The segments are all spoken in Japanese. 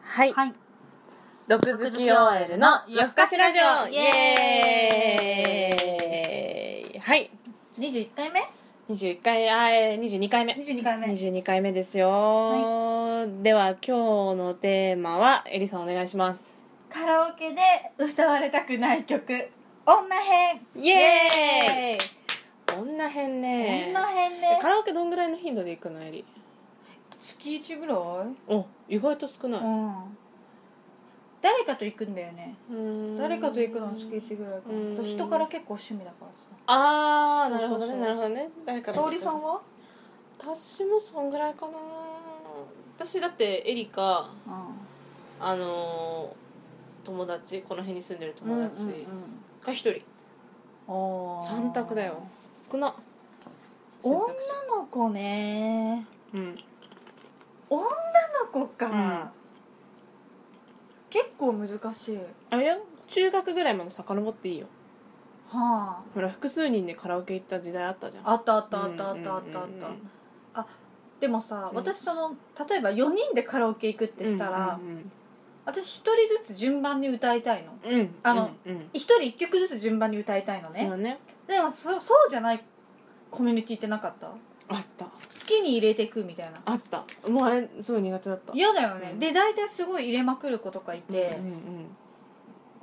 はい。はい。毒好き OL の夜更かしラジオイエーイはい。 21回目21回、あえー、22回目。 ?22 回目。 22回目ですよ、では今日のテーマは、エリさんお願いします。カラオケで歌われたくない曲。女編イエ女編ね。女編ねカ。ラオケどんぐらいの頻度で行くのエリ月1ぐらい。お、意外と少ないうん。誰かと行くんだよね。うーん誰かと行くのは月1ぐらいかうんな。私人から結構趣味だからさ。あー、なるほどそうね、そうそうなるほどね。誰かと沙行く織さんは私もそんぐらいかな私だってエリかうあのー友達この辺に住んでる友達が一人、おー三択だよ少な女の子ねうん女の子か、うん結構難しいはあれよ中学ぐらいまで遡っていいよあほら複数人でカラオケ行った時代あったじゃんあったあったあったあったあったあった、うんうんうんでもさ、うん私その例えば4人でカラオケ行くってしたら、うんうん私1人ずつ順番に歌いたいのうん、うんあのうんうん1人1曲ずつ順番に歌いたいのそうねだねでもそそうじゃないコミュニティってなかった好あったきに入れていくみたいなあったもうあれすごい苦手だった嫌だよね、うんで大体すごい入れまくる子とかいてう、ん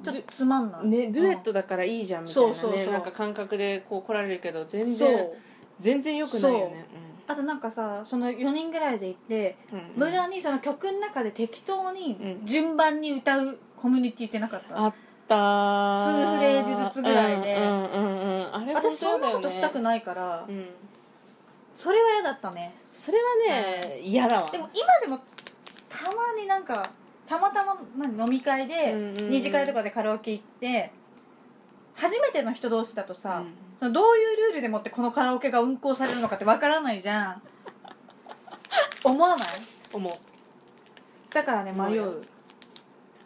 ちょっとつまんないうん、ねデュエットだからいいじゃんみたいなねそうそうそうなんか感覚でこう来られるけどう全ん然そう全然良くないよねあとなんかさその4人ぐらいで行って、うんうん無駄にその曲の中で適当にうん順番に歌うコミュニティってなかった、あったー2フレーズずつぐらいでうんうんうんうんあれ私そんな本こ当だよねとしたくないから、うんそれは嫌だったねそれはね嫌だわでも今でもたまになんかたまたま何飲み会で、うんうんうん二次会とかでカラオケ行って初めての人同士だとうさ、んそのどういうルールでもってこのカラオケが運行されるのかってわからないじゃん思わない思だからね迷迷うう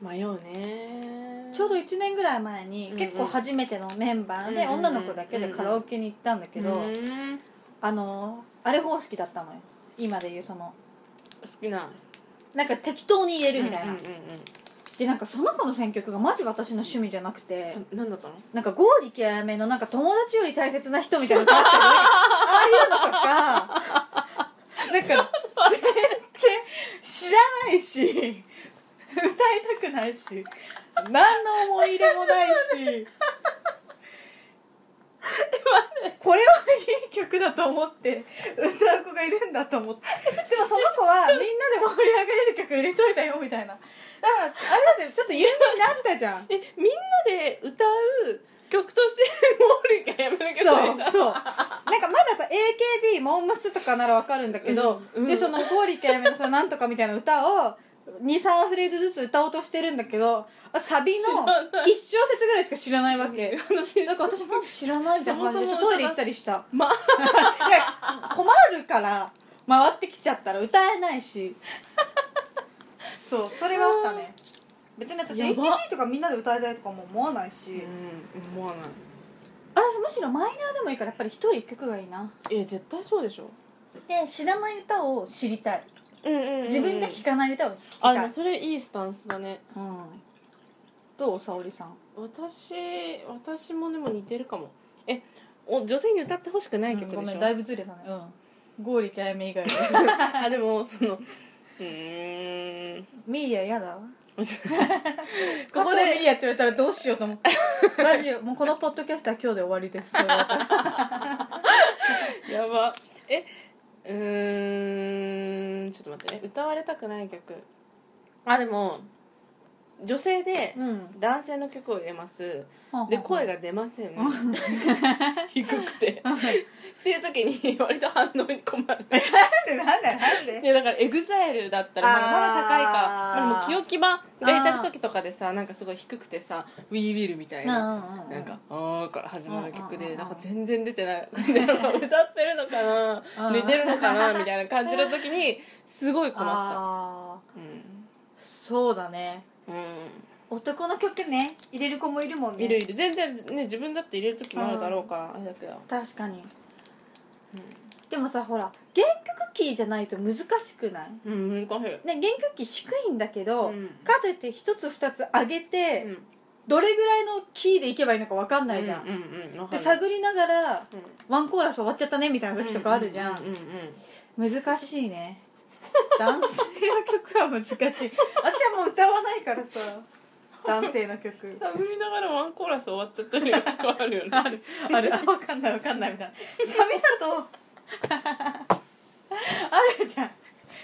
う迷うねちょうど1年ぐらい前うにんうん結構初めてのメンバーでうんうん女の子だけでカラオケに行ったんだけうどんあのあれ方式だったのよ今で言うその好きななんか適当に入れるみたいうんなうんでなんかその子の選曲がマジ私の趣味じゃなくてうん何だったのなんか剛力彩めのなんか友達より大切な人みたいなのがあったよねああいうのとかなんか全然知らないし歌いたくないし何の思い入れもないしこれをいい曲だと思って歌う子がいるんだと思ってでもその子はみんなで盛り上げれる曲入れといたよみたいなだからあれだってちょっと有名になったじゃんえみんなで歌う曲と してモーリーがやめる曲 そうそうなんかまださ AKB モームスとかならわかるんだけど、うんうんでそのゴーリキャラメのそのなんとかみたいな歌を23フレーズずつ歌おうとしてるんだけどサビの知らない1小節ぐらいしか知らないわ け私 だから私まず知らないじゃんそもそもマジで歌わせトイレ行ったりしたま いや困るから回ってきちゃったら歌えな いしそうそれはあったね別に私やば AKB とかみんなで歌いたいとかも思わないし、うん思わない私むしろマイナーでもいいからやっぱり一人一曲がいいないや絶対そうでしょで知らない歌を知りたいうんうん自分じゃ聴かない歌を聴きあたい、でうもそれいいスタンスだねん、どう沙織さん私私もでも似てるかもえお女性に歌ってほしくない曲でしょ、ごめんだいぶずれたねうん剛力あやめ以外であでもそのうーん ミリアやだ ここここででミリアって言われたらどうしようと思って ラジオもうこのポッドキャストは今日で終わりですそれはやばえうーんちょっと待ってね歌われたくない曲あでも女性でうん男性の曲を入れますで声が出ません低くて っていう時に割と反応に困るなんでなんでなんでいやだからエグザイルだったらまだまだ高いかあーまあ、でも清木場がいた時とかでさなんかすごい低くてさ「We Will」みたいな。なんか「あー」から始まる曲うんうんうんうでんなんか全然出てないなんか歌ってるのかうなん寝てるのかなみたいな感じの時にすごい困っあたうん、ーそうだねうん、男の曲ね入れる子もいるもんねいるいる全然ね自分だって入れる時もあるだろうからあれだけど確かに、でもさほら原曲キーじゃないと難しくない、ね、うん難しい原曲キー低いんだけど、うんかといって一つ二つ上げて、うんどれぐらいのキーでいけばいいのか分かんないじゃん、うんうんうんわかでる探りながらうんワンコーラス終わっちゃったねみたいな時とかあるじゃん,、うんうんうんうん難しいね男性の曲は難しい私はもう歌わないからさ男性の曲探りながらワンコーラス終わっちゃったりよくあるよねあるあるあ 分かんない分かんないみたいなサビだと あるじゃん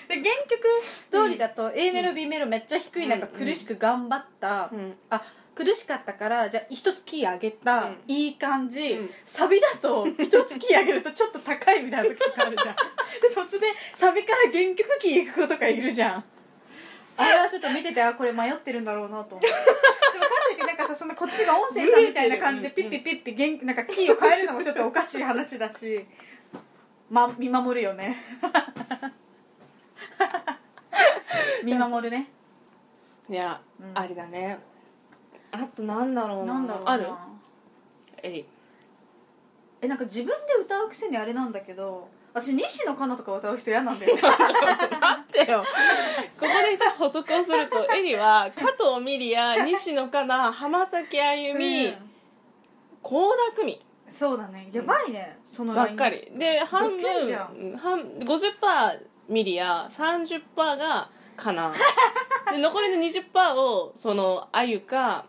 で原曲通りだと A メロ B メロめっちゃ低い中うん苦しく頑張った、うんあ苦しかったからじゃあ一つキー上げた、うんいい感じ、うんサビだと一つキー上げるとちょっと高いみたいな時とかあるじゃんで突然サビから原曲キーいく子とかいるじゃんあれはちょっと見ててあこれ迷ってるんだろうなと思ってでもかといってなんかさそのこっちが音声さんみたいな感じでブピレッてピるピッピ原なんかキーを変えるのもちょっとおかしい話だし、ま、見守るよね見守るねいや、うんありだねあとなんだろうななんだろうなあるエリえなんか自分で歌うくせにあれなんだけど私西野カナとか歌う人嫌なん だよね待ってよここで一つ補足をする とエリは加藤ミリや西野カナ浜崎あゆみ倖田來未そうだねやばいね、そのばライっンかりで半ドキュンじゃ分半50%ミリや30%がカ ナで残りの20%をそのあゆか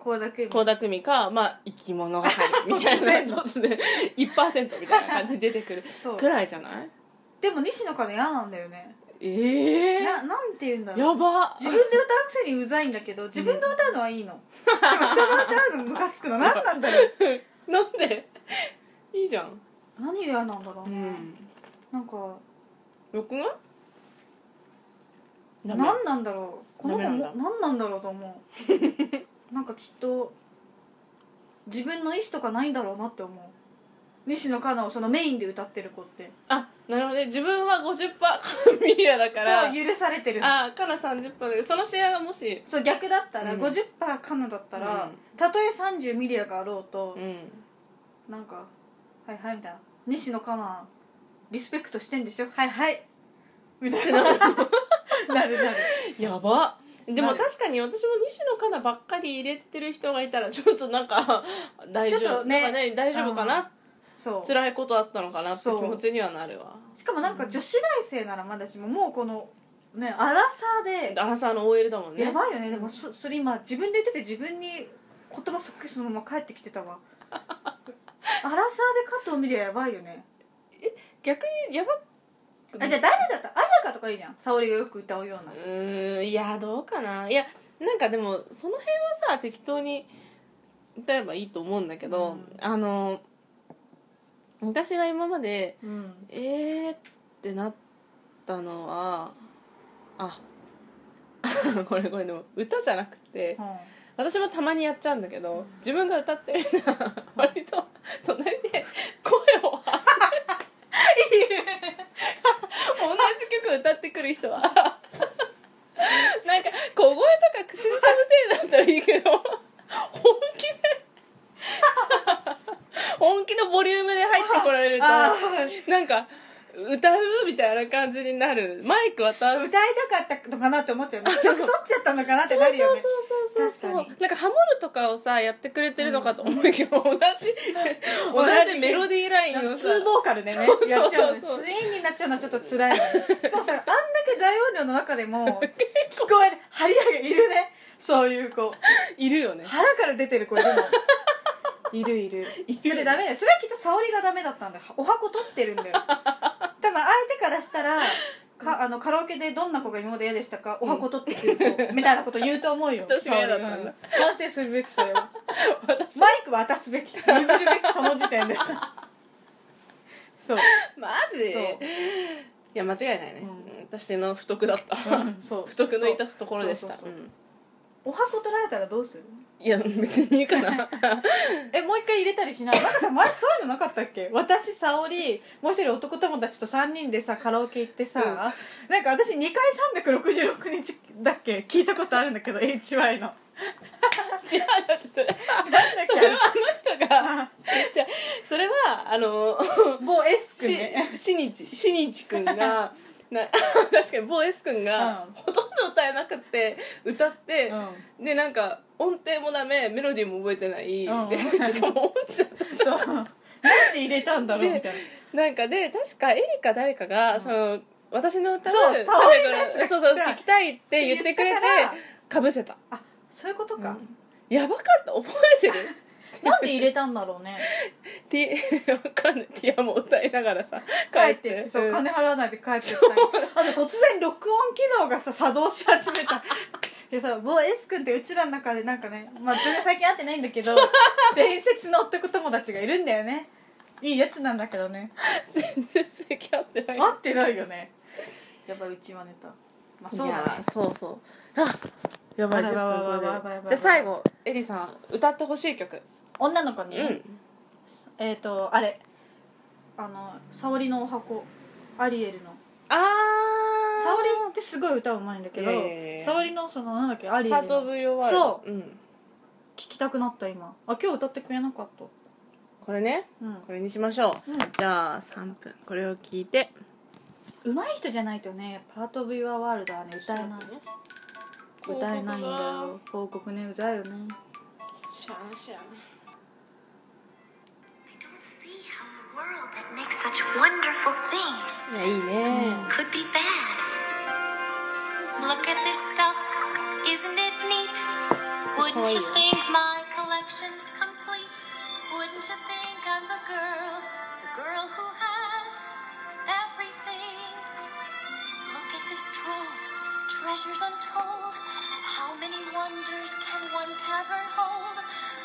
倖田來未倖田來未か、まあ、生き物係みたいな突然1%みたいな感じで出てくるそうくらいじゃないでも西野カナ嫌なんだよねええななんて言うんだー、ろやうば自分で歌うくせにうざいんだけど自分で歌うのは いいの、でも人が歌うのムカつくの何なんだろうなんで いいじゃん何が嫌なんだろううね、んなんかよくないダメ何なんだろうこの子ダメもなん何なんだろうと思 うなんかきっと自分の意思とかないんだろうなって思う西野カナをそのメインで歌ってる子ってあなるほどね自分は50%ミリアだからそう許されてるのあカナ30分でその試合がもしそう逆だったら、うん50%カナだったら、うんたとえ30ミリアがあろうとう、んなんか「はいはい」みたいな「西野カナリスペクトしてんでしょはいはい」みたい ななるなるやばでもなる確かに私も西野カナばっかり入れてる人がいたらちょっとなんか大丈ちょっ夫とねなんかね大丈夫かなそう辛いことあったのかなって気そう持ちにはなるわしかもなんか女子大生ならまだしももうこのねアラサーでアラサーの OL だもんねやばいよねでもそそれ今自分で言ってて自分に言葉そっくりそのまま帰ってきてた わアラサーで加藤ミリアやばいよね逆にやばくあじゃあ誰だったあやかとかいいじゃん沙織がよく歌うようなうーんいやどうかないやなんかでもその辺はさ適当に歌えばいいと思うんだけど、うんあの私が今までうんえーってなったのはあ これこれでも歌じゃなくて私もたまにやっちゃうんだけど自分が歌ってるじゃん割と隣で声を張って同じ曲歌ってくる人はなんか小声とか口ずさむ程度だったらいいけど本気で本気のボリュームで入ってこられるあとなんか歌うみたいな感じになるマイクあ歌渡いすたかったのかなって思 っちゃうね曲取っちゃったのかなってなるよねそうそうそうそう確かなんかハモるとかをさやってくれてるのかと思うけど、 同じ同じメロディーラインをさツーボーカルでねそうそうそうやっちゃうねツインになっちゃうのはちょっと辛 いねしかもさあんだけ大音量の中でも聞こえる張り上げいるねそういう子いるよね腹から出てる子 いるもんいるいるいるそれダメだよそれはきっと沙織がダメだったんだよお箱取ってるんだよ多分相手からしたらかあのカラオケでどんな子が今まで嫌でしたかお箱取ってくる子 みたいなこと言うと思うよ私が嫌だったんだ沙織は反省するべきそれは私マイク渡すべき譲るべきその時 点でそうマジそういや間違いないね、う私の不徳だった、そう不徳の致すところでしたそうそうそううんお箱取られたらどうするいや別にいいか なえもう一回入れたりしないなんかさ前そういうのなかったっけ私沙織もう一人男友達と3人でさカラオケ行ってさ、なんか私2回366日だっけ聞いたことあるんだけど HY の違うだってそれそなんだっれはあの人 がじゃあそれはあのけ某 S し君ねしにちしにちく んがな確かにボーエスくんがうんほとんど歌えなくって歌って、うんでなんか音程もダメメロディーも覚えてない、うんでしかも音痴だったそうなんで入れたんだろうみたいなんかで確かエリか誰かが、その私の歌をそうサ沙織ベのやつからがそうそう言った聞きたいって言ってくれて言ったからかぶせたなあそういうことか、やばかった覚えてる なんで入れたんだろうねティわかんないティアも歌いながらさ帰帰っっててってそううん金払わないで帰ってったりあと突然録音機能がさ作動し始めた でさ某 S 君ってうちらの中でなんかね、まあ、全然最近会ってないんだけど伝説の男友達がいるんだよねいいやつなんだけどね全然席合ってない会ってないよねやっぱうちはネタまあそうだいやねそうそうあやばいあら10らら分ららら超ららえてるらじゃあ最後エリさん歌ってほしい曲女の子に、うんえっ、とあれあの沙織のお箱アリエルのあー沙織ってすごい歌うまいんだけどいやいやいや沙織のそのなんだっけアリエハールト・オのブ・ヨワール、そううん、聞きたくなった今あ今日歌ってくれなかったこれねうんこれにしましょううんじゃあ3分これを聞いて上手い人じゃないとね「パート・オブ・ユア・ワールド」はね歌えない歌えないんだよ広告ね歌えよねシャンシャン don't see how a world that makes such wonderful things いやいいね、 could be bad. Look at this stuff, isn't it neat? Wouldn't you Oh, yeah. think my collection's complete? Wouldn't you think I'm the girl, the girl who has everything? Look at this trove, treasures untold. How many wonders can one cavern hold?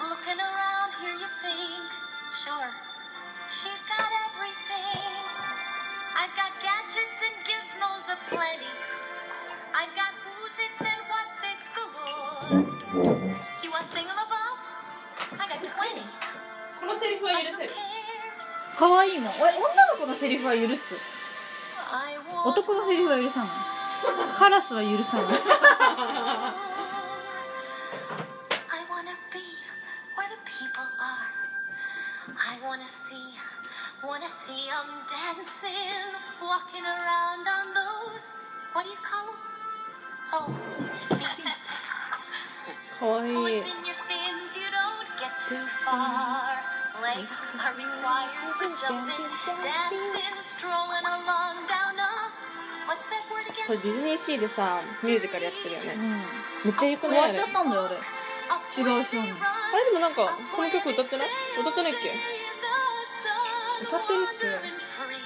Looking around here, you think, sure, she's got everything. I've got gadgets and gizmos aplenty. I've got who's its and what's its galore. You want thingamabobs? I got 20. このセリフは But who cares? 可愛いもん俺女の子のセリフは許す I want 男のセリフは許さないカラスは許さない I want to be where the people are. I want to see, want to see them dancing, walking around on those, what do you call them? Oh, feet. かわいい Flipping your fins, you don't get too far. Legs are required for jumping, dancing, strolling along down a. What's that word こ again? れディズニーシーでさミュージカルやってるよねうんめっちゃいい子ね終わあっれちゃったんだよ俺違う人なのあれでもなんかこの曲歌ってない歌ってないっけ歌ってるって。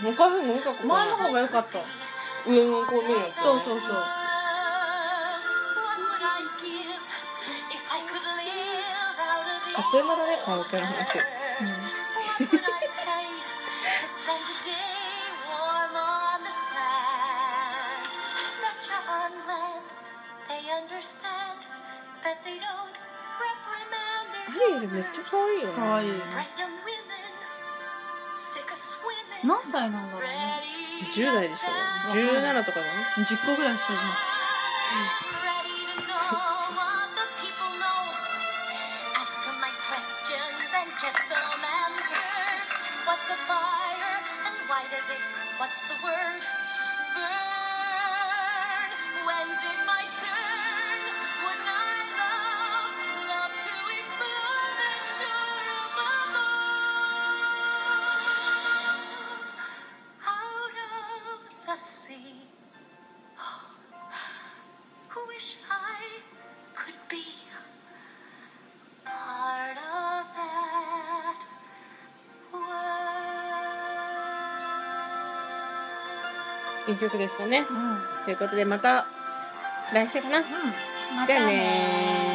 もう一回もう一回前の方が良かった上のこう見るやつそうそうそう What would I give if I could live out of the あっという間だねカラオケの話 What would I pay to spend a day warm on the sand? Dutch on land, they understand, but they don't reprimand ア their リエルめっちゃ可愛いよ可愛いねい Pregnant women, sick of swimming, 何歳なんだろうね ready 10代でしょ to 17とかだね10個ぐらいしたじ Ready to know what the people know. Ask 'em my questions and get some answers. What's a fire and why does it? What's the word? Burn. When's it my turn? Wouldn't I love, love to explore that shore above? Out of the sea. Wish I could be part of that world. いい曲でしたねゃんうんということでまた来週かなうんまたじゃあねー